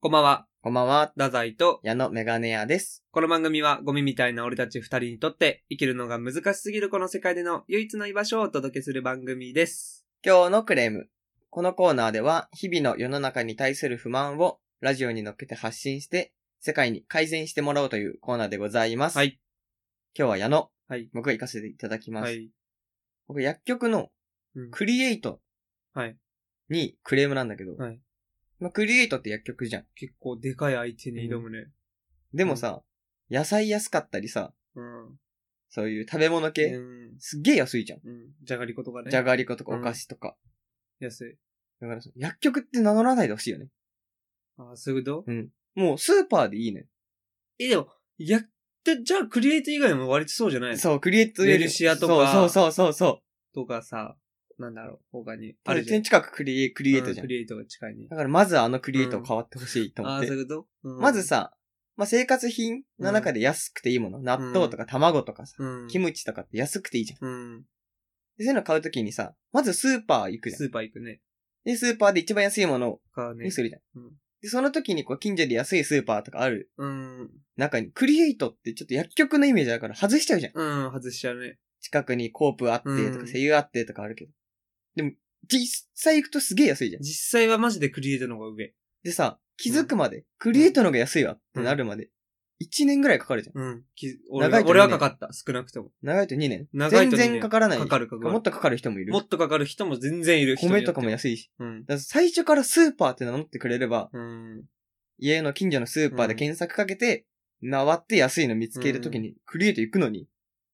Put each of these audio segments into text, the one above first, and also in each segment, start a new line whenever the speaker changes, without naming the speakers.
こんばんは、
こんばんは、
ダザイと、
矢野メガネ屋です。
この番組はゴミみたいな俺たち二人にとって生きるのが難しすぎるこの世界での唯一の居場所をお届けする番組です。
今日のクレーム。このコーナーでは、日々の世の中に対する不満をラジオに乗っけて発信して、世界に改善してもらおうというコーナーでございます。
はい。
今日は矢野。
はい。
僕行かせていただきます。
はい。
僕、薬局の
うん
クリエイト
はい。
にクレームなんだけど、
はい
まあ、クリエイトって薬局じゃん。
結構でかい相手に挑むね。
でもさ、野菜安かったりさ、
うん。
そういう食べ物系、
うん。
すっげえ安いじゃん。
うん。じゃがりことかね。
じゃがりことか
うん
お菓子とか。
安い。
だからさ薬局って名乗らないでほしいよね。
ああ、そういうこと
もうスーパーでいいね。
え、でも、やって、じゃあクリエイト以外も割とそうじゃないの
そう、クリエイトより
ウェルシアとか
そうそうそうそうそう。
とかさ、なんだろう、他に。
あれ、
じゃ
点
ん
近くクリエクリエイトじゃ
うんク。リエイトが近いに
だ。からまずはあのクリエイトを変わってほしいと思
あ
っ
あ、
て。
そういうこと、うん
まず、さ、まあ、生活品の中で安くていいもの、納豆とか卵とかさ、
うん。
キムチとかって安くていいじゃん。
うん。
でそういうの買うときにさ、まずスーパー行くじゃん
ス。ーパー行くね。
で、スーパーで一番安いもの
かね
に。するじゃん。
うん
で、その時にこう、近所で安いスーパーとかある
うん。
中に、クリエイトってちょっと薬局のイメージだから外しちゃうじゃん。
うん、外しちゃうね。
近くにコープあってと
う
か、
ん
声優あってとかあるけど。でも、実際行くとすげえ安いじゃん。
実際はマジでクリエイトの方が上。
でさ、気づくまで、クリエイトの方が安いわってなるまで、1年ぐらいかかるじゃん。
うん。き俺
長
はい
と
俺はか
二年
かった。少なくとも。
長いと2年。
長いと二年
全然かからない。
かかるかかる
もっとかかる人もいる
も。っとかかる人も全然いる。人によっ
米
て
とかも安いし。
うん。
だから最初からスーパーって名乗ってくれれば、
うん。
家の近所のスーパーで検索かけて、回って安いの見つけるときに、クリエイト行くのに、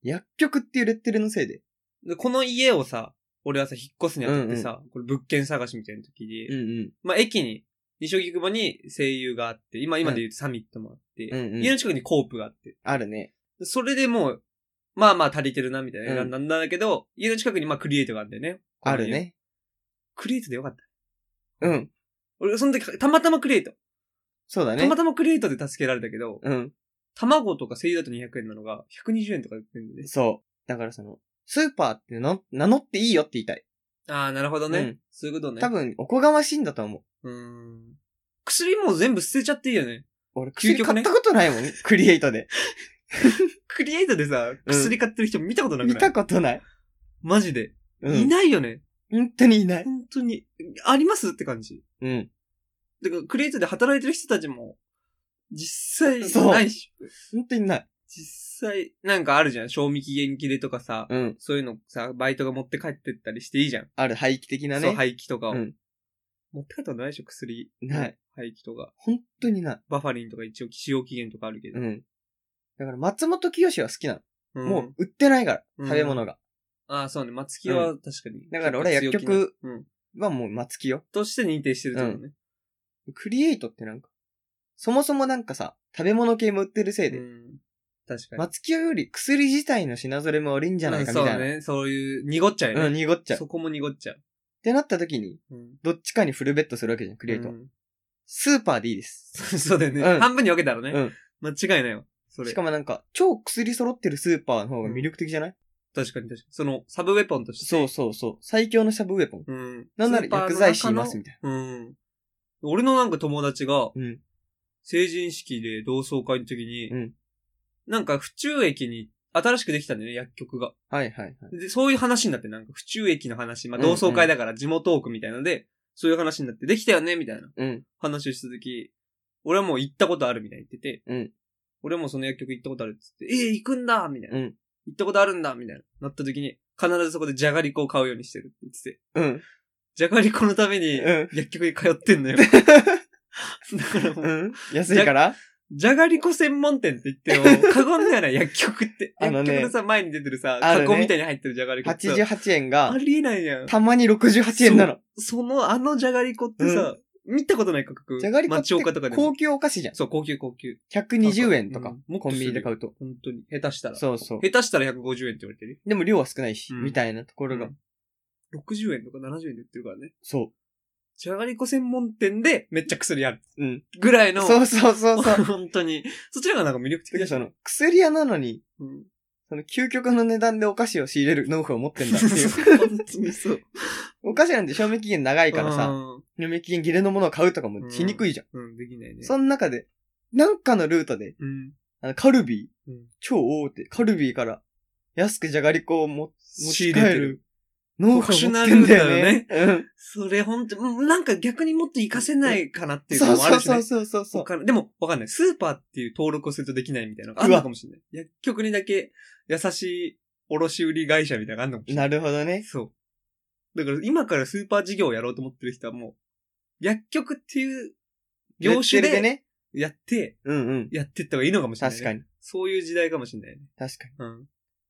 薬局っていうレッテルのせいで。
で、この家をさ、俺はさ、引っ越すにあたってさ、これ物件探しみたいな時に、
ん
まあ、駅に、西荻窪に声優があって、今、今で言うとサミットもあって、
うんうん
家の近くにコープがあって、
あるね。
それでもう、まあまあ足りてるな、みたいな、
うん
なんだけど、家の近くにまあクリエイトがあるんだよね。
ある。ね。
クリエイトでよかった。
うん。
俺、その時、たまたまクリエイト。
そうだ
た
ね
ま。たまクリエイトで助けられたけど、
うん。
卵とか声優だと200円なのが、120円とか売ってるんでね。
そう。だからその、スーパーってな名乗っていいよって言いたい。
ああ、なるほどね。
うん
そういうことね。
多。分、おこがましいんだと思う。
うーん。薬も全部捨てちゃっていいよね。
俺、
究
薬
極
買
ね
ったこ とないもん。クリエイトで。
クリエイトでさ、薬買ってる人見たことなく
見
ない、
たことない。
マジで。
うん。
いないよね。
本当にいない。
本当に。ありますって感じ。
うん。
だから、クリエイトで働いてる人たちも、実際、
そう
ないし。
本当にない。
実際、なんかあるじゃん。賞味期限切れとかさ、
うん。
そういうのさ、バイトが持って帰ってったりしていいじゃん。
ある廃棄的なね。
そう、廃棄とかを。
うん
持って帰ったことないでしょ、薬。
ない。
廃棄とか。
本当にない。
バファリンとか一応使用期限とかあるけど
う。ん。だから、松本清は好きなの。
ん
もう、売ってないから。
うん
食べ物が。
ああ、そうね。松木は確かに。
だから俺は薬
結構強
局
気なうん。
はもう松清。
として認定してると思うね。
クリエイトってなんか、そもそもなんかさ、食べ物系も売ってるせいで、
うん。確かに。
松清より薬自体の品揃えも悪いんじゃないかみたいな。
うんそうね。そういう、濁っちゃうよね。
うん、濁っちゃう。っ
そこも濁っちゃう。
てなった時に、
うん。
どっちかにフルベットするわけじゃん、ク
ク
リエイトは。スーパーでいいで す。
そうだよね。
うん
半分に分けたらね。
うん
間違いないわ。それ。
しかもなんか、超薬揃ってるスーパーの方が魅力的じゃない、
確かに確かに。その、サブウェポンとして。
そうそうそう。最強のシャブウェポン。
うん。
なんなら薬剤師います
スー
みたい
パーの中のうん。俺のなんか友達が、
な。うん。
成人式で同窓会の時に、
うん
なんか府中駅に、新しくできたんだよね、薬局が。
はいはいはい。
で、そういう話になって、なんか府中駅の話、まあ
うんう
同窓
ん
会だから地元奥みたいなので、そういう話になって、できたよね、みたいな
うん。
話をした時、俺はもう行ったことあるみたいに言ってて、
うん
俺はもうその薬局行ったことあるって言って、えー、行くんだみたいな。
うん
行ったことあるんだみたいな。なった時に、必ずそこでじゃがりこを買うようにしてるって言ってて、
うん。
じゃがりこのために
うん。
薬局に通ってん のよ。だからもう、
うん。安いから
じゃがりこ専門店って言っても、過言ではない薬局って。
あのね
薬局のさ、前に出てるさ、
あるね
箱みたいに入ってるじゃがりこってさ。
?88 円
あ
が、
りえないやん。
たまに68円なの。
その、あのじゃがりこってさ、見たことない価格。
じゃがりこっ
町岡とかで
て
も。
高級お菓子じゃん。
そう、高級高級。
120円と
う
か
んもっ、と
コ
す
ン
る
ビニで買うと。
本当に。下手したら。
そうそう
下手したら150円って言われてる。
でも量は少ないし、
うん
みたいなところが。
うん60円とか70円で売ってるからね。
そ
じゃがりこ専門店でめっちゃ薬ある。
う。うん。
ぐらいの。
そうそうそうそう。
本当に。そっちらがなんか魅力的
だけ
だ
ど
し
そ。の、薬屋なのに、
うん
その究極の値段でお菓子を仕入れるノウハウを持ってんだっていう。
本当にそう。
お菓子なんて賞味期限長いからさ、
さ。
賞味期限切れのものを買うとかもしにくいじゃん。
うん、できないね。
その中で、なんかのルートで、
うん。
あの、カルビー、
うん
超大手、カルビーから、安くじゃがりこをも持
仕
ち
入
帰
れて
る
る。
ノウハウを持ってんだよね。 うん
それ本当うんなんか逆にもっと活かせないかなっていう
そ
の
う
もあるし
そ
ね
う。そうそうそう。
他のでも、わかんない。スーパーっていう登録をするとできないみたいなのがあるのかもしれない。薬局にだけ優しい卸売会社みたいなのがあるのかもしれない。
なるほどね。
そう。だから今からスーパー事業をやろうと思ってる人はもう、薬局っていう業種
レッテ
で
ルね。
やって、
うんうん。
やってった方がいいのかもしれない、
確か。に。
そういう時代かもしれないね。
確かに。
うん。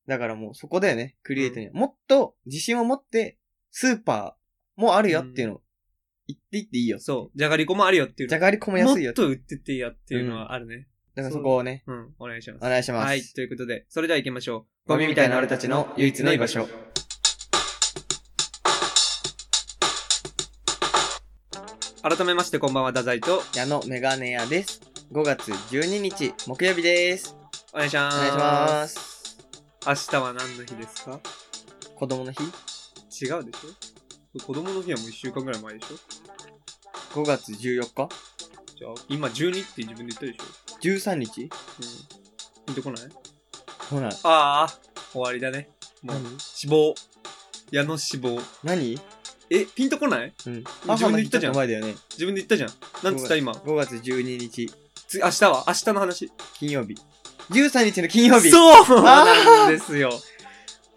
だからもうそこだよね。クリエイトには。もっと自信を持って、スーパーもあるよっていうのを言っていっていいよ。
そう。じゃがりこもあるよっていう
じ
の
ゃがりこも安いよ
もっ。と売ってっていいよっていうのはあるね。
だからそこをね、
うん。お願いします
お。願いします。
はい。ということで、それでは行きましょう。
ゴミみたいな俺たちの唯一の居場所。
改めまして、こんばんは、太宰と、
矢野メガネ屋です。5月12日、木曜日です。
お願いしま
お
す。
願いします。
す。明日は何の日ですか
子供の日
違うでしょ子供の日はもう1週間ぐらい前でしょ
?5 月14日
じゃあ、今12って自分で言ったでしょ
?13 日
うん。見てこない
ほら、
ああ、終わりだね。もう、
何
死亡。矢野死亡。
何
え、ピンとこない
うん。
自
母
分
の
で言
日
っ
ちょ
た
っ
じゃん
と前だよね。
自分で言ったじゃん。なんつった今。
5月12日、
つ明日は明日の話。
金曜日。13日の金曜日
そう
あー
なんですよ。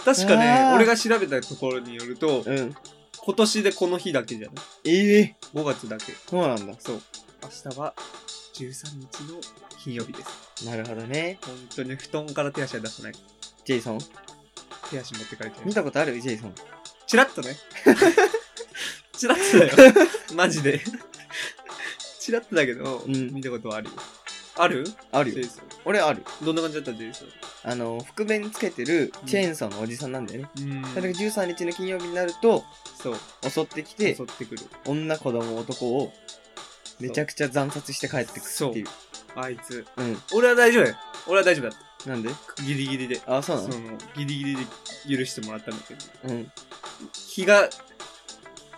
確か
あ
ね
ー、
俺が調べたところによると、
うん。
今年でこの日だけじゃない
ええ
?5 月だけ。
そうなんだ。
そう。明日は13日の金曜日です。
なるほどね。
本当に布団から手足は出さない。
ジェイソン
手足持ってかれちゃう
見。たことあるジェイソン。
チラッとね。 チラッとだよ。 マジで。チラッとだけど、
うん
見たことはあるよ。ある
あ
あ
るよ。俺ある。
どんな感じだったジェイソン
あの、覆面つけてるチェーンソーのおじさんなんだよね。
うん
それが13日の金曜日になると、
そう。
襲ってき
襲
て、
ってくる。
女子供男をめちゃくちゃ惨殺して帰ってくるっていう。
あいつ。
うん。
俺は大丈夫だよ。俺は大丈夫だった。
なんで
ギリギリで。
あ、そうな
そ
の
の、ギリギリで許してもらったんだけど。
うん。
日が、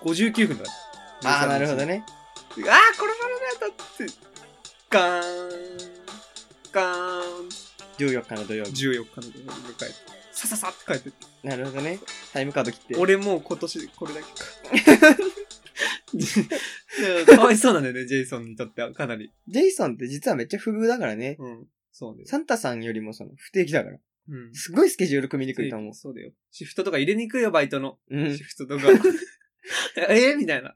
59分だった。
ああ、
13
なるほど。ね。
ああ、これまでだったって。ガーン。ガーン。
14日の土曜日。
14日の動画で帰って。さささって帰ってっ
なるほどね。タイムカード切って。
て。俺もう今年これだけか。かわい そうなんだよね、ジェイソンにとってはかなり。
ジェイソンって実はめっちゃ不遇だからね。
うん。そうね。
サンタさんよりもその不定期だから。
うん。
すごいスケジュール組みにくいと思う。
そうだよ。シフトとか入れにくいよ、バイトの。
うん
シ。フトと か。えー、みたいな。
うん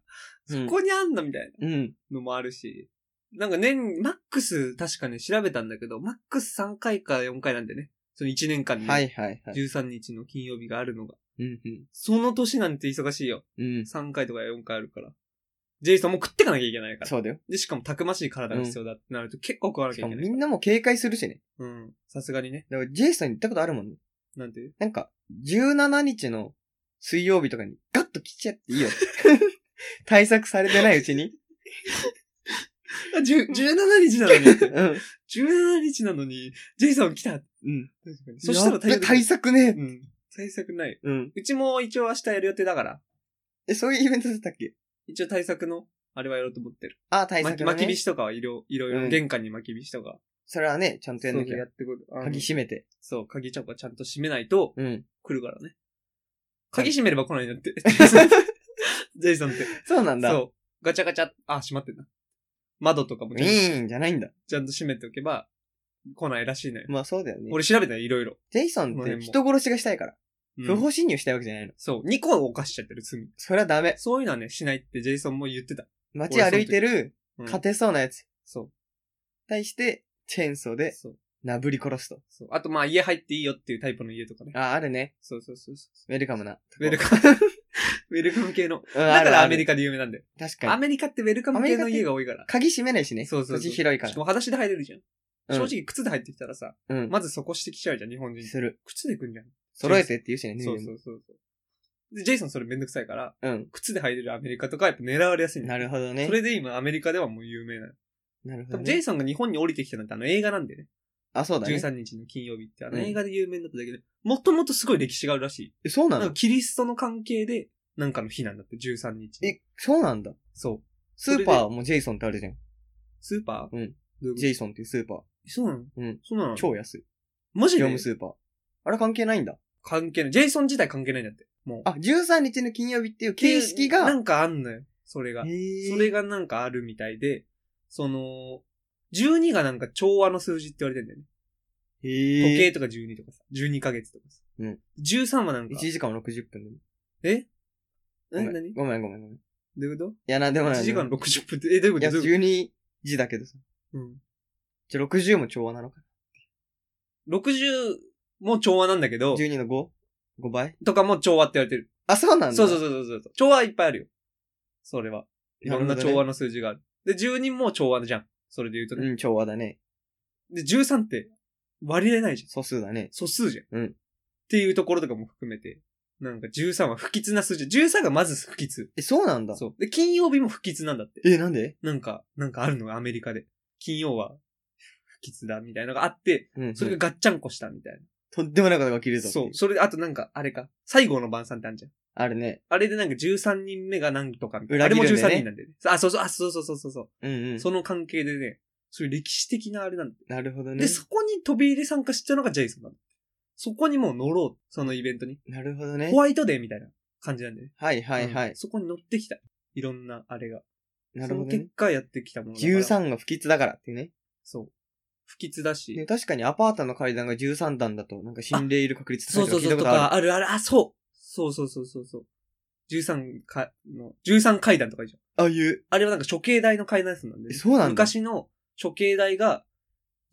ここにあんのみたい
うん。
なのもあるし。なんか年、マックス、確かね、調べたんだけど、マックス3回か4回なんだよね。その1年間に、
はいはいはい。
13日の金曜日があるのが。
うんうん。
その年なんて忙しいよ。
うん。
3回とか4回あるから。ジェイソンも食ってかなきゃいけないから。
そうだよ。
で、しかもたくましい体が必要だってなると結構食わな
し
きゃ
か
いけ
も
ない
み。んなも警戒するしね。
うん。さすがにね。
だからジェイソンに行ったことあるもんね。
なんて。
なんか、17日の水曜日とかにガッと来ちゃって いいよ。対策されてないうちに。
あ、17日なのに。
うん。
17日なのに、ジェイソン来た。
うん。
確かに。そしたら
やっぱ対
対策。
策ね。
うん。対策ない。
うん。
うちも一応明日やる予定だから。
え、そういうイベントだったっけ
一応対策の、あれはやろうと思ってる。
あ、対
ま
策
き
の
巻き
ね
菱。とかはいろいろいろ、
うん
玄関に巻き菱とか。
それはね、ちゃんとやんなき
そうや
ゃ。
ってくる。あの
鍵閉めて。
そう、鍵ちゃんはちゃんと閉めないと
うん。
来るからね。鍵閉めれば来ないんだ って。ジェイソンって。
そうなんだ。う。
そう。ガチャガチャ、あ、閉まってんな。窓とかも
ウ
ちゃんと
ィーンじゃないんだ。
ちゃんと閉めておけば、来ないらしいのよ。
まあそうだよね。
俺調べたよ、いろいろ。
ジェイソンって人殺しがしたいから。
うん
不法侵入したいわけじゃないの。
そう、2個犯しちゃってる罪。
それはダメ。
そういうのはね、しないってジェイソンも言ってた。
街歩いてる、
うん
勝てそうなやつ。
そう。
対して、チェーンソーで、
そう。
なぶり殺すと。
そう。あと、まあ、家入っていいよっていうタイプの家とかね。
ああ、あるね。
そうそうそうそ
ウェルカムな。
う。ウェル
カ
カム。 ウェルカム系の。
ム。うん、
だからアメリ
カ。
カで有名なんだよ。
確か
ア
に。
メリカってウェルカム系の家が多いから。
鍵閉めないしね。
そうそうそ
土
う。
地広いか
し
ら
か。も裸足で入れるじゃん。
うん
正直、靴で入ってきたらさ、
うん。
まずそこしてきちゃうじゃん、日本人。
する。
靴で来んじゃん。
揃えてって言うしね、
そう
脱いで
そ
も
うそうそう。で、ジェイソンそれめんどくさいから、
うん。
靴で入れるアメリカとかやっぱ狙われやすいんだ
な
よ。
るほどね
そ。れで今アメリカではもう有名なの。
なるほ
多
ど
分ジェ
ね
イ。ソンが日本に降りてきたのってあの映画なんだよね。
あ、そうだね。
13日の金曜日って、あの
うん
映画で有名になっただけで、もっともっとすごい歴史があるらしい。
えそうな
なんか
の
キリストの関係で、なんかの日なんだって、13日。
え、そうなんだ。
そう。
スーパーもジェイソンってあるじゃん。
スーパーど
うん。
ういうこと
ジェイソンっていうスーパー。
そうなの
うん。
そうなの
超安い。
マジ
業
で
務スーパー。あれ関係ないんだ。
関係ない。ジェイソン自体関係ないんだって。もう。
あ、13日の金曜日っていう形式が。
なんかあんのよ。それが。そ
そ
れがなんかあるみたいで、その、12がなんか調和の数字って言われてんだよね。時計
時計。
とか12とかさ。12ヶ月とかさ。
うん
13はなんか
1、時間60分で。
え
ご
え
めん
何ど
ごめんごめんごめん。いう
いうこ
やな、でも
と
な
?1 時間60分って、え、どういうこ
いや、
とどういうこ
12時だけどさ。
とうん。
じゃ、60も調和なのか。
60も調和なんだけど、
12の 5?5 倍
とかも調和って言われてる。
あ、そうなんだ。
そうそう
う。
そうそうそう。調和はいっぱいあるよ。それは。いろんな
なるほどね
調和の数字がある。で、12も調和じゃん。それで言うとね。
うん、調和だね。
で、13って割れないじゃん。
素数だね。
素数じゃん。
うん
っていうところとかも含めて、なんか13は不吉な数字。13がまず不吉。
え、そうなんだ。
そう。で、金曜日も不吉なんだって。
え、なんで
なんか、なんかあるのがアメリカで。金曜は不吉だみたいなのがあって、
うん。
それ
うん
がガッチャンコしたみたい
とんでもないことが起きる
な。
ぞ。
そう。。それで、あとなんか、あれか。最後の晩餐ってあるじゃん。
あるね。
あれでなんか13人目が何とかみたいな。
裏切る
あれ
んだ
も
よね
13人なんでね。あ、そうそう、あ、そうそうそうそうそう。
うんうん。
その関係でね、そういう歴史的なあれなんだよ
なるほどね
で、。そこに飛び入り参加しちゃうのがジェイソンなの。そこにもう乗ろう。そのイベントに。
なるほどね
ホ。ワイトデーみたいな感じなんでね。
はいはいは
うん
い。
そこに乗ってきた。いろんなあれが。
なるほ
その
どね
結。果やってきたものだから。。
13が不吉だからっていうね。
そう。不吉だし。
ね確かにアパートの階段が13段だと、なんか死んでいる確率
そう
高い
そう
とか聞い
そう
た
と
ことあ
か、あるある、あ、そう。そうそうそうそうそう。13か、の、13階段とかいいじゃん。
る。ああいう。
あれはなんか処刑台の階段数なんで、
えそうなんだ
昔の処刑台が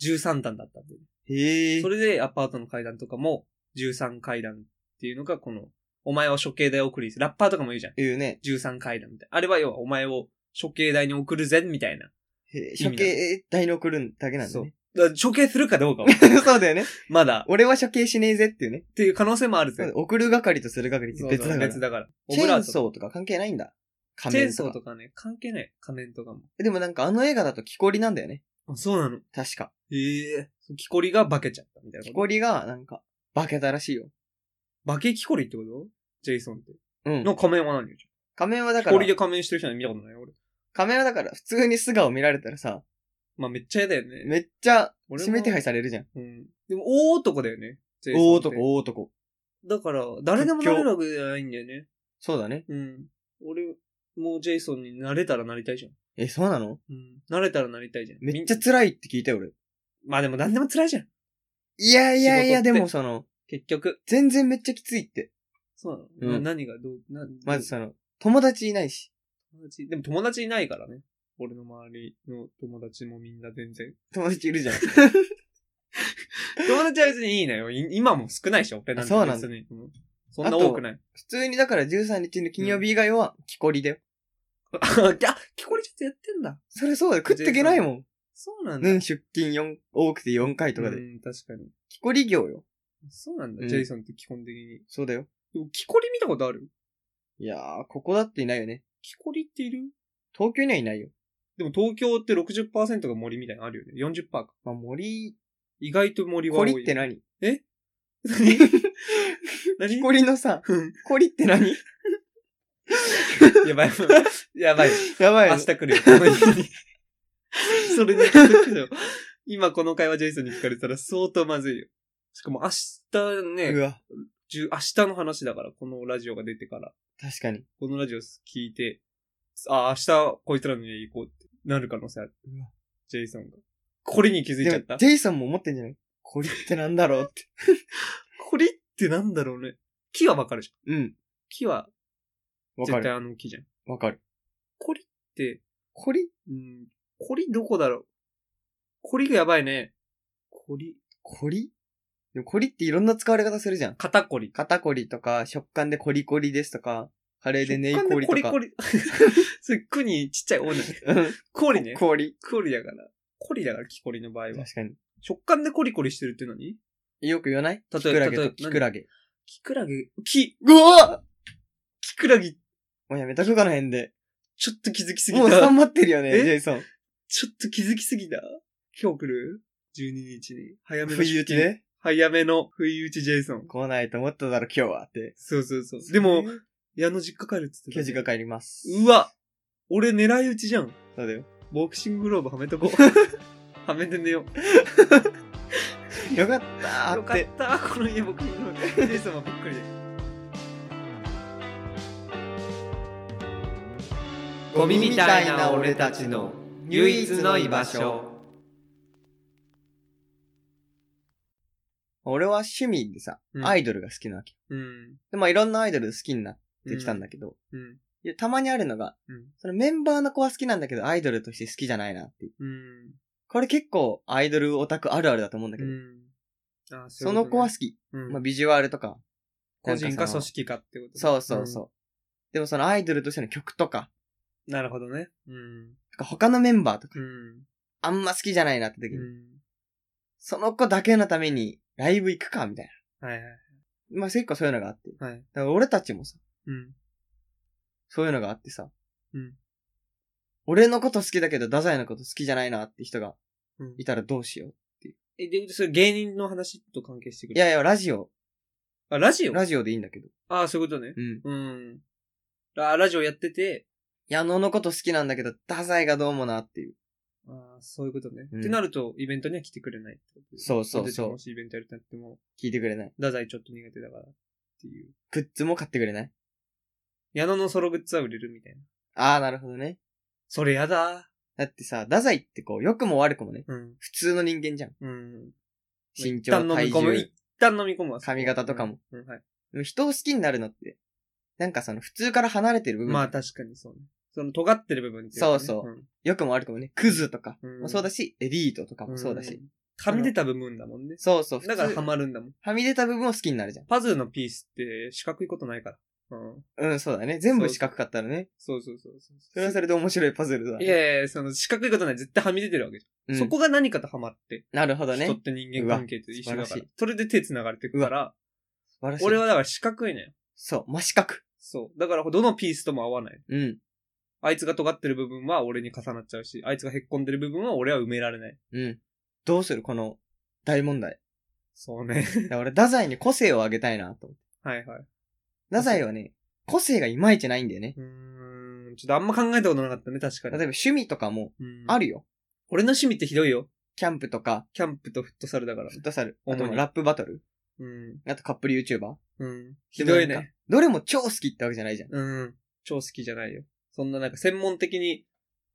13段だったんで、
へえ。
それでアパートの階段とかも13階段っていうのがこの、お前は処刑台を送り、ラッパーとかも言うじゃん。
いうね。
13階段みたいな。あれは要はお前を処刑台に送るぜ、みたいな。
へ
意味
ー
な
処
い
刑台に送るだけなんだね。
だから処刑するかどうかは
そうだよね。
まだ、
俺は処刑しねえぜっていうね。
っていう可能性もある
そう
ぜ
だ。送る係とする係って別だから。
別だから。
チェーン
ー
ソーとか関係ないんだ。
ト
仮
チェー
面
ン
と
ソー
か。
とかね、関係ない。仮面とかも。
でもなんかあの映画だと木こりなんだよね。
あ、そうなの。
確か。
ええ木こりが化けちゃったみたいなこと。
木こりがなんか、化けたらしいよ。
化け木こりってことジェイソンって。
うん。
の仮面は何よ
仮面はだ
木
か
こ
ら
り、で仮面してる人は見たことないよ俺。
仮面はだから普通に素顔見られたらさ、
まあめっちゃ嫌だよね。
めっちゃ
俺も
指名手配されるじゃん。
うん。でも大男だよね。ジェイソン
大
って
男、。大男。
だから、誰でもなれるわけじゃないんだよね。
そうだね。
うん。俺、もうジェイソンになれたらなりたいじゃん。
え、そうなの
うん。なれたらなりたいじゃん。
めっちゃ
みん
辛いって聞いたよ、俺。
まあでも何でも辛いじゃん。
いやいやいや、
仕事
で
って
もその、
結局。
全然めっちゃきついって。
そうな
う
の。
ん
な何がどう、な、
まずその、友達いないし、
友達、でも友達いないからね。俺の周りの友達もみんな全然。
友達 いるじゃん。
友達は別にいいのよ。い今も少ないでしょ、俺なんて。
あそうなんだ
別にうんそんな多くない。
普通にだから13日の金曜日以外は、木こりだよ。
あ、聞こえちゃってやってんだ。
それそうだよ。食ってけないもん。
そうなんだ。
年出勤4、多くて4回とか
う
で。
ん、確かに。
木こり業よ。
そうなんだ、
うん
ジェイソンって基本的に。
そうだよ。
でも、木こり見たことある
いやー、ここだっていないよね。
木こりっている
東京にはいないよ。
でも東京って60%が森みたいなのあるよね。40%か。
まあ、森、
意外と森は
こ
多い。
りって何
何何
木こりのさ、こりって何
やばい。やばい。
やばいよ
明
ね
日。来るよ。この家に それで聞くけど、今この会話ジェイソンに聞かれたら相当まずいよ。しかも明日ね、
うわ、
10明日の話だから、このラジオが出てから。
確かに。
このラジオ聞いて、あ、明日こいつらの家行こうってなる可能性ある
うわ。
ジェイソンが。これに気づいちゃ
で
っ
も、
た
ジ。ェイソンも思ってんじゃないこりってなんだろう って。
これってなんだろうね。木はわかるじゃん。
うん。
木は
わ
絶
か
対
る。
あの木じゃん。
わかる。
これって、
こり
うん、これどこだろう。これがやばいね。これ、
コリでもコリっていろんな使われ方するじゃん。
肩こり。
肩こりとか、食感でコリコリですとか、カレーでネイ
食感
コリと
で
か
コ。リコ リ。それ、くにちっちゃいおね。氷ね。
コリ。
氷だから。コリだから、木こりの場合は。
確かに。
食感でコリコリしてるって何
よく言わない
例えば
キクラゲ
例え
と
ば
キクラゲ。
キクラゲ、キ、
うわ
キクラゲ、
もうやめとくかの辺で。
ちょっと気づきすぎ
もう
た。
頑張ってるよね、
え
ジェイソン。
ちょっと気づきすぎた。今日来る12日に。早めの
不
出勤
意打ちね。
早めの不意打ちジェイソン。
来ないと思っただろ、今日はって。
そうそうそう。でも、、矢野実家帰るって言
今
っ
日
て
時間
た。
帰ります。
うわ俺狙い撃ちじゃん。
そうだよ。
ボクシンググローブはめと こう。はめて寝よう。
よかったー
よ
っ。
かってたこの家僕にのジェイソンはびっくりで
ゴミみたいな俺たちの唯一の居場所。俺は趣味でさ、
うん
アイドルが好きなわけ。
うん
で、まあいろんなアイドル好きになってきたんだけど、
うん
いやたまにあるのが、
うん
そのメンバーの子は好きなんだけど、アイドルとして好きじゃないなっていう。
うん
これ結構アイドルオタクあるあるだと思うんだけ
う
ど、
んあ
その子は
そ
好き。
ういうことねうん
まあビジュアルとか。
個人
なん
か
そ
組
の
織かってことね
そうそうそう。でもそのアイドルとしての曲とか、
うんなるほどねうん
とか他のメンバーとか、
うん
あんま好きじゃないなって時
う
に、
ん
その子だけのためにライブ行くか、みたい
はいはい
な。まあ結構そういうのがあって。
はい
だから俺たちもさ、
うん
そういうのがあってさ、
うん
俺のこと好きだけど、ダザイのこと好きじゃないなって人が
うん
いたらどうしよう。
えでそれ芸人の話と関係してくる
いやいや、ラジオ、
あラジオ
ラジオでいいんだけど。
あそういうことね
うん。
うんあラジオやってて
矢野のこと好きなんだけど、ダザイがどうもなっていう。
あそういうことね
うん
ってなるとイベントには来てくれないってこと
そうそう
俺たちが
そう
も。しイベントやるってなっても
聞いてくれない。
太宰ちょっと苦手だからっていう
グッズも買ってくれない。
矢野のソログッズは売れるみたいな。
あー、なるほどね。
それやだ。
だってさ、ダザイってこう、良くも悪くもね、
うん。
普通の人間じゃん。
うん。
身
一
長、
旦飲
体
み込む。
重
一。旦飲み込むわ。
髪型とかも
うん。うんはい。
でも人を好きになるのって、なんかその普通から離れてる部分。
まあ確かにそうね。その尖ってる部分っていかね
そうそう。良くも悪くもね、クズとか
うん
もそうだし、エリートとか
う
も
ん
そうだし。。
はみ出た部分だもんね。
そうそう、普
だから
通
ハマるんだもん。
はみ出た部分を好きになるじゃん。
パズルのピースって四角いことないから。うん。
うん、そうだね。全部四角かったらね。
そうそうそうそう。
それはそれで面白いパズルだ。
いやいや、その四角いことない。絶対はみ出てるわけじゃ。
うんん
そこが何かとハマって。
なるほどね。
人っ
素
て人間関係と一緒だ
うわ
か
素晴
ら
らし。
それで手繋がれてくから。
晴らしい。
俺はだから四角いね。
そう、真四角。
そう。だからどのピースとも合わない。
うん。
あいつが尖ってる部分は俺に重なっちゃうし、あいつがへっこんでる部分は俺は埋められない。
うん。どうするこの大問題。
そうね。
だから俺、太宰に個性をあげたいなと思って。
はいはい。
太宰はね、個性がいまいちないんだよね。
うーん。ちょっとあんま考えたことなかったね、確か
例えば
に。
趣味とかも
うん
あるよ。
俺の趣味ってひどいよ。
キャンプとか、
キャンプとフットサルだから。
フットサル、あ
主に
とラップバトル、
うん。
あとカップル YouTuber。
うん。ひどい
でもなんか
ね。。
どれも超好きってわけじゃないじゃん。
うん。超好きじゃないよ。そんななんか専門的に、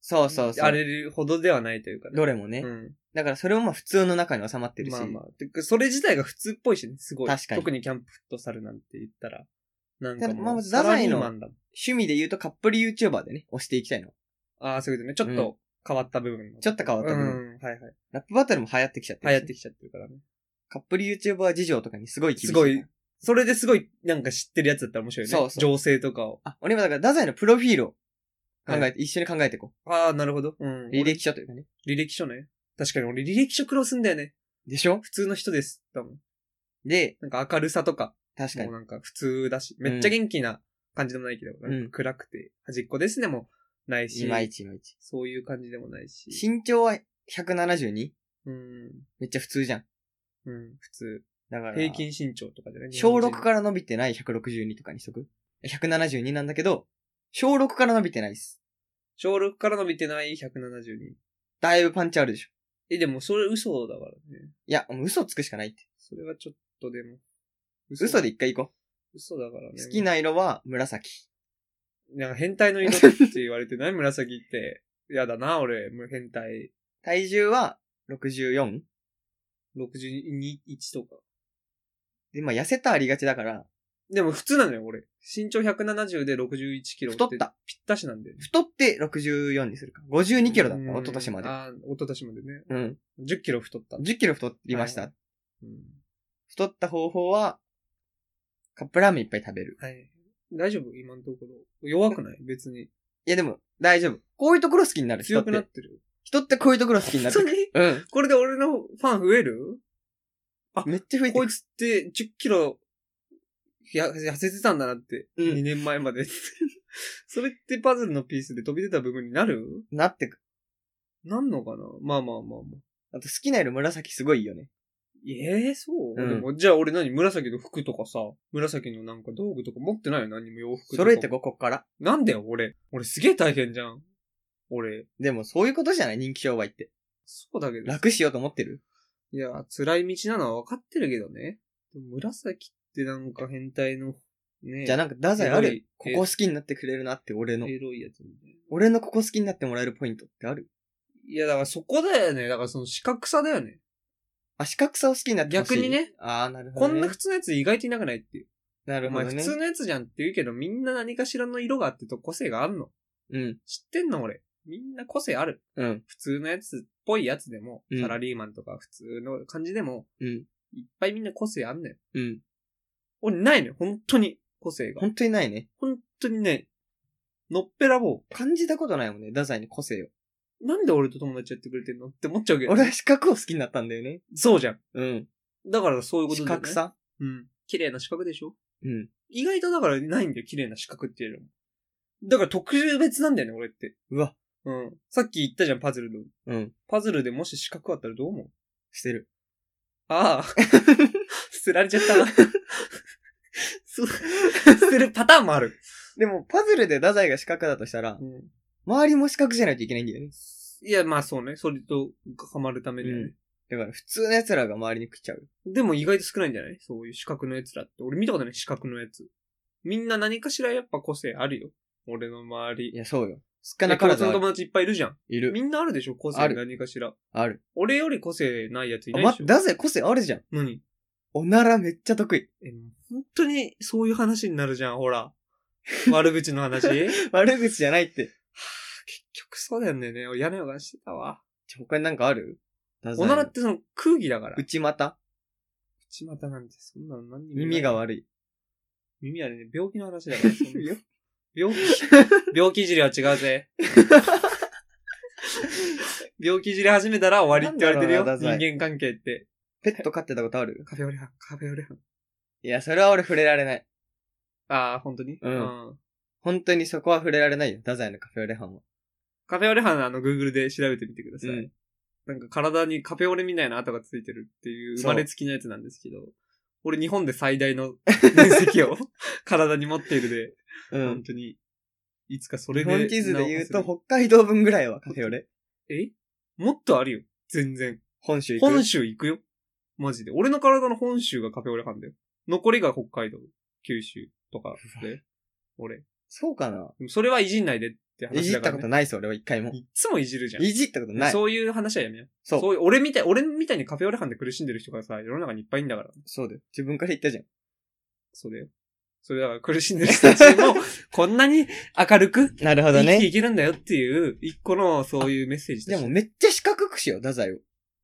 そうそうそう。
あれるほどではないというかね。
どれもね。
うん。
だからそれもまあ普通の中に収まってるし。
まあまあ。てかそれ自体が普通っぽいしね、すごい。
確かに
特にキャンプフットサルなんて言ったら。なんか
ただま
も
あ
う、
ザザイの
サラリーマンだもん
趣味で言うとカップル YouTuber でね、押していきたいの。
ああ、そういうことね。ちょっと変わった部分の。
ちょっと変わった部分
うん。はいはい。
ラップバトルも流行ってきちゃって
流
るし
行ってきちゃってるからね。
カップル YouTuber 事情とかにすごい厳しい。
すごい。それですごい、なんか知ってるやつだったら面白いよね。
そうそう
情勢とかを。
あ、俺もだから太宰のプロフィールを考えて、
は
一緒に考えていこ
ああ、なるほど。うん。
う。履歴書というかね。
俺。履歴書ね。確かに俺履歴書苦労すんだよね。
でしょ
普通の人です。だもん。
で、
なんか明るさとか、
確か
もう
に。
なんか普通だし、めっちゃ元気な感じでもないけど、
ん
なんか暗くて端っこですねもないし、
いまいちいまいち。
そういう感じでもないし、
身長は 172?
うん、
めっちゃ普通じゃん。
うん、普通。
だから。
平均身長とかじゃない。
小6からら伸びてない162とかにしとく ?172 なんだけど、小6から伸びてないっす。
小6から伸びてない172。
だいぶパンチあるでしょ。
え、でもそれ嘘だからね。
いや、もう嘘つくしかないって。
それはちょっとでも。
嘘で一回行こ
嘘だからね。
う。好き。な色は紫。
なんか変態の色って言われてない 紫って。やだな、俺。もう変態。
体重は 64?
62、1とか。
で、まあ、痩せたありがちだから、
でも普通なのよ、俺。身長170で61キロて
太った。
ぴったしなんで。
太って64にするか。52キロだった、一昨年まで
うん。ああ、一昨年までね。
うん。
10キロ太った。
10キロ太りました。
はいうん
太った方法は、カップラーメンいっぱい食べる。
はい。大丈夫今のところ。弱くない別に。
いや、でも、大丈夫。こういうところ好きになる。人
強
っ。
くなっててる。
人ってこういうところ好きにな
本
る
当。に
うん。
これで俺のファン増える
めっちゃ増えて
こ
る
い。つって10キロ、や、痩せてたんだなって。
う
2年前まで。 それってパズルのピースで飛び出た部分になる
ん。なってく。
なんのかなまあまあまあまあ。
あと好きな色紫すごいいいよね。
ええそう、
うん
でも、じゃあ俺何紫の服とかさ、紫のなんか道具とか持ってないよ、何も洋服とか。
揃えてここっから。
なんだよ、俺。俺すげえ大変じゃん。俺。
でもそういうことじゃない人気商売って。
そうだけど。
楽しようと思ってる
いや、辛い道なのは分かってるけどね。でも紫ってなんか変態の、ね。
じゃあなんか、太宰あ
エロ
る
い
ここ好きになってくれるなって俺の。
エロいやつみたいな。
俺のここ好きになってもらえるポイントってある
いや、だからそこだよね。だからその視覚差だよね。
あ、視覚さを好きになってほしい
逆にね。
ああ、なるほ
こ
ど、ね。
んな普通のやつ意外といなくないっていう。
なる
お
ほ
前
ど
普
ね。
通のやつじゃんって言うけど、みんな何かしらの色があってと個性があるの。
うん。
知ってんの俺。みんな個性ある。
うん。
普通のやつっぽいやつでも、
うん
サラリーマンとか普通の感じでも、
うん。
いっぱいみんな個性あんのよ。
うん。
俺ないのよ、本当に。個性が。
本当にないね。
本当にね、のっぺらぼ
感じたことないもんね、太宰に個性を。
う。なんで俺と友達やってくれてんのって思っちゃうけど。
俺は視覚を好きになったんだよね。
そうじゃん。
うん。
だからそういうこと
視
だよね。
覚。さ
うん。綺麗な視覚でしょ
うん。
意外とだからないんだよ、綺麗な視覚って言えるの。だから特別なんだよね、俺って。
うわ。
うん。さっき言ったじゃん、パズルの。
うん。
パズルでもし視覚あったらどう思う
してる。
ああ。捨てられちゃったな。そう捨てるパターンもある。
でも、パズルで太宰が視覚だとしたら、周りも視覚じゃないといけないんだよね。
いや、まあそうね。それと、はまるために、ね
だから、普通の奴らが周りに食っちゃう。
でも意外と少ないんじゃないそういう視覚のやつらって。俺見たことない、視覚のやつ。みんな何かしらやっぱ個性あるよ。俺の周り。
い
や、
や、そうよ。少なからず
の
ある
友達いっぱいいるじゃん。
いる。
みんなあるでしょ個性
ある
何かしら。
ある。
俺より個性ないやつい
あ、
ない
ま、
でしょ、
太宰個性あるじゃん。
何
おならめっちゃ得意。
え、もう本当にそういう話になるじゃん、ほ ら。悪口の話。結
悪口じゃないって。
局そうだよね。俺嫌な予感してたわ。
ちょ他になんかある
おならってその空気だから。
内股
内股なんてそんなの何にもない
耳が悪い。
耳はね、病気の 話だから。そんな病気、病気じりは違う ぜ。病気じり始めたら終わりって言われてるよ。
なんだ
人
ろうな
間関係って。
ペット飼ってたことある
カフェオレハン、カフェオレハン。
いや、それは俺触れられない。
ああ、本当に
うん
ん
本当にそこは触れられないよ。太宰のカフェオレ班は。
カフェオレハン、あの、Google で調べてみてください。
うん
なんか体にカフェオレみたいな跡がついてるっていう生
そう
まれつきのやつなんですけど、俺日本で最大 の面積を 体に持っているで、
う
本
ん。
当に、いつかそれ
日
で。
本地図で言う
なお
と、
か
北海道分ぐらいはカフェオレ。
つに、えもっとあるよ。全然。
本州行く。
本州行くよ。マジで。俺の体の本州がカフェオレ班だよ。残りが北海道、九州とかで。俺。
そうかな
でもそれはいじんないでって
い
話
じ
だ
っ
か
た
ら、
こと
ね。
ないっす、俺は一回も。
いっつもいじるじゃん。
いじったことない。そう
そういう話はやめよう。
そう
そういう、俺みたい、俺みたいにカフェオレ班で苦しんでる人がさ、世の中にいっぱいいんだから。
だよ。自分から言ったじゃん。
そうだよ。それだから苦しんでる人たちも、こんなに明るく
なるほ
生
ど
きてい
ね。
けるんだよっていう、一個のそういうメッセージ
で
だし
もめっちゃ四角くしよう、太宰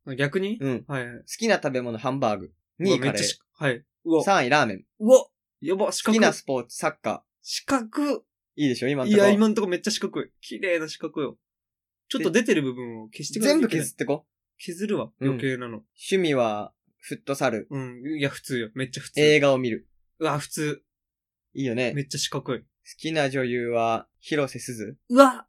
を。
逆に、
うん。
はいはい。
好きな食べ物、ハンバーグ。2位
うわ
カ
めっ
レ
ちゃ
ー
し。はい。うわ。
3位ラーメン。
うわ。やば、四
好
角
きなスポーツ、サッカ
四角。
ー。いいでしょ、今の
い
とこ
や、今んとこめっちゃ四角い。綺麗な四角よ。ちょっと出てる部分を消してください。
全部削ってこ。
削るわ。
うん
余計なの。
趣味は、フットサル。
うん。いや、普通よ。めっちゃ普通。
映画を見る。
うわ、普通。
いいよね。
めっちゃ四角い。
好きな女優は、広瀬すず。
うわ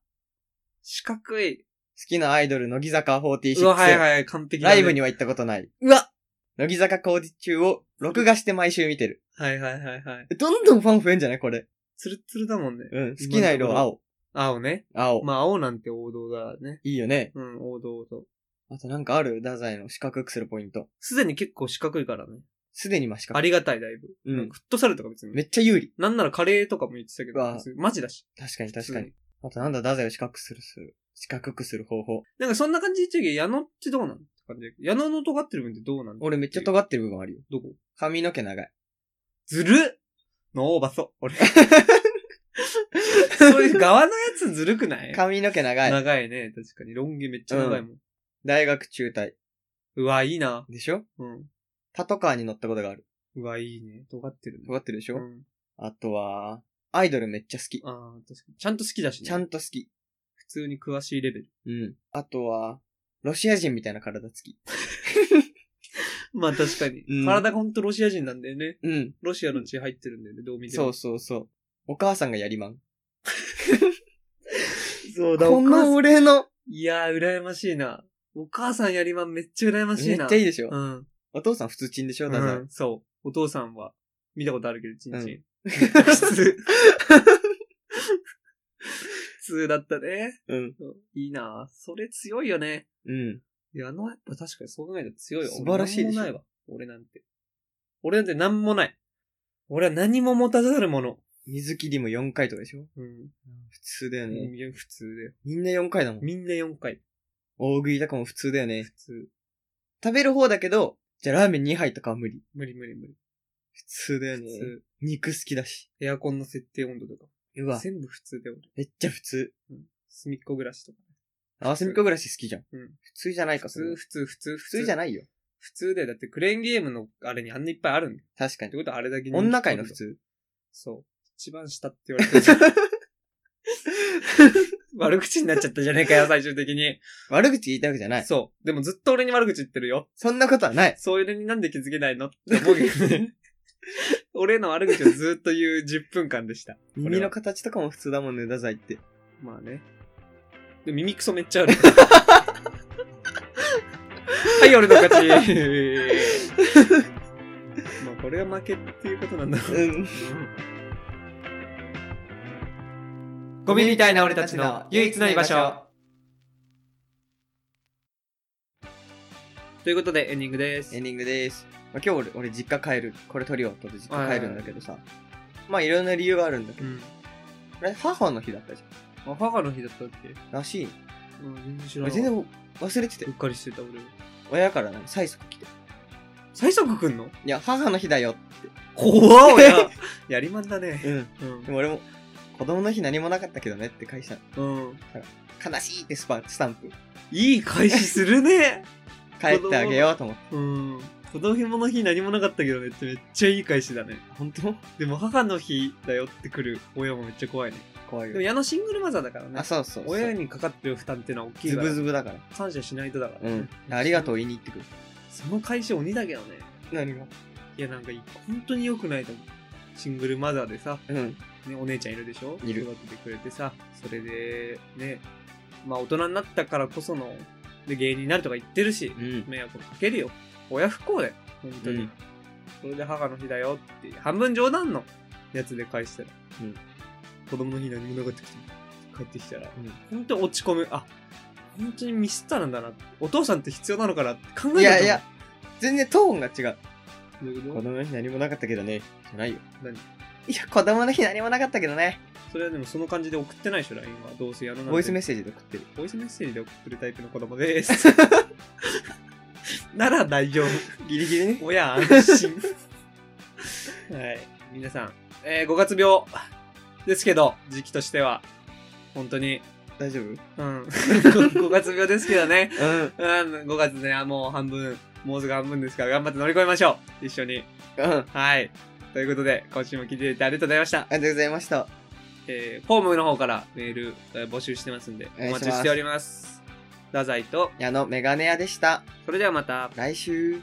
四角い。
好きなアイドル、乃木坂46。
うわ、はいはい、完璧だね
ライブには行ったことない。
うわ
乃木坂工事中を録画して毎週見てる。
はいはいはいはい。
どんどんファン増えんじゃないこれ。
ツルツルだもんね。
うん。好きな色は青。
青ね。
青。
まあ、青なんて王道だね。
いいよね。
うん、王道と。
あとなんかある太宰の四角くするポイント。
すでに結構四角いからね。
すでに真四角。
ありがたい、だいぶ。
う
なん
ん
か。フットサルとか別に。
めっちゃ有利。
なんならカレーとかも言ってたけど
うわ、
マジだし。
確かに確
普
か
通
に。あとなんだ太宰を四角くするする。四角くする方法。
なんかそんな感じで言ってるけど、矢野ってどうなんって感じだけど矢野の尖ってる部分ってどうなん
俺めっちゃ尖ってる部分あるよ。
どこ
髪の毛長い。
ずるっのーバソ。俺。 そういう側のやつずるく ない
髪の毛長い。
長いね。確かに。ロン毛めっちゃ長いもん。
大学中退。
うわ、いいな。
でしょ
うん。
パトカーに乗ったことがある。
うわ、いいね。尖ってるね。
尖ってるでしょ、
うん。
あとは、アイドルめっちゃ好き。
ああ、確かに。ちゃんと好きだしね。
ちゃんと好き。
普通に詳しいレベル。
うん。あとは、ロシア人みたいな体つき。
まあ確かに。
うん
体がほんとロシア人なんだよね。
うん。
ロシアの血入ってるんだよね、どう見て
そう
も。
そうそう。お母さんがやりまん。
そう
こ
こんな
の俺の、
いやー、羨ましいな。お母さんやりまんめっちゃ羨まし
め
いな。
っちゃいいでしょ、
うん。
お父さん普通チンでしょだから、
うんそう。お父さんは、見たことあるけど、ちんちん。
うん
普通。普通だったね。
うん。
いいなそれ強いよね。
うん。
いや、あの、やっぱ確かにそう考えたら強いよ。
素晴らしいでしょ
俺なんもないわ。俺なんて。俺なんて何もない。俺は何も持たざるもの。
水切りも4回とかでしょ
うん。
普通だよね、
いや普通だよ。
みんな4回だもん。
みんな4回。
大食いとかも普通だよね
普。通。
食べる方だけど、じゃあラーメン2杯とかは無理。
無理無理無理。
普通だよ
普
ね。
通。
肉好きだし。
エアコンの設定温度と
う
か。
わ、
全部普通だよ、俺。
めっちゃ普通。
隅っこ暮らしとか。
合わせみっこ暮らし好きじゃん。
うん
普通じゃないか、
普
それ
通、普通、
は。
普通、普
普通じゃ
ない。
ないよ。
普通だよ。だってクレーンゲームのあれにあんないっぱいあるんだよ。
確か
っ
に
て。ことはあれだけ人気
女界の普。通。
そう。一番下って言われてる。悪口になっちゃったじゃねえかよ、最終的に。
悪口言いたいわけじゃない。
そう。でもずっと俺に悪口言ってるよ。
そんなことはない。
そういうのになんで気づけないの って思うけどね。俺の悪口をずっと言う10分間でした。れは
耳の形とかも普通だもんね、ダザイって。
まあね。でも耳クソめっち ゃある。はい、俺の勝ち。まあこれが負けっていうことなんだろう。
うん。
ゴミみたいな俺たちの唯一の居場所。。ということでエンディングです
エ。ンディングです。まあ、今日俺俺実家帰る。これ撮り終わったと実家帰るんだけどさ。まあいろんな理由があるんだけ
う
ど。
ん。
あれ母の日だったじ
あ、母の日だったっけ
ゃん。らしい。
うん、全然知ら
俺
ない。
全
う
然忘れてて
っ。かりしてた俺。
親からね、催促来て。
最速くんの
いや、母の日だよ。
怖っや やりまんだね。
ん。
うん
で。も俺も、子供の日何もなかったけどねって返したの
うん。
悲しいってスパ、スタンプ。
いい開始するね。
帰ってあげようと思って。
うん。子供の日何もなかったけどねってめっちゃいい開始だね。
本当
でも母の日だよってくる親もめっちゃ怖いね。
怖い
でも
よ。
矢野シングルマザーだからね
あ、。そうそうそう。
親にかかってる負担ってのは大きい
ズ
から。
ブズブだから。
感謝しないとだから
う
ね、
ん。ありがとう言いに行ってくる。
その会社鬼だけどね。
何が
いやなんか本当に良くないと思う。シングルマザーでさ、
うん。
ね、お姉ちゃんいるでしょ
いる
育ててくれてさ、それで、ね、まあ大人になったからこその、で芸人になるとか言ってるし、
うん。
迷惑かけるよ。親不幸だよ。本当に。
うん
それで母の日だよって、半分冗談のやつで返したら、
うん
子供の日何もなかったけど、帰ってきたら、本当に落ち込む。あ、本当にミスったんだな。お父さんって必要なのかなって考えた
いやいや、全然トーンが違う。
と思う。どういう
子
こと
供の日何もなかったけどね。じゃないよ。
何
いや、子供の日何もなかったけどね。
それはでもその感じで送ってないでしょ、LINE は。どうせやるなんて
ボイスメッセージで送ってる。
ボイスメッセージで送ってるタイプの子供 です。なら大丈夫。
ギリギリね。
親安心。はい。皆さん、えー、5月病ですけど、時期としては、本当に、
大丈夫うん。
うん。5月病ですけどね。
うん。
うん、5月ね、あもう半分、もうすぐ半分ですから、頑張って乗り越えましょう一緒に。
あ
はい。ということで、今週も聞いていただいてありがとうございました。
りがとうございました。
えー、フォームの方からメール、えー募集してますんで、
お願
お
いします
待ちしております。太宰と、
矢野メガネ屋でした。
それではまた。
来週。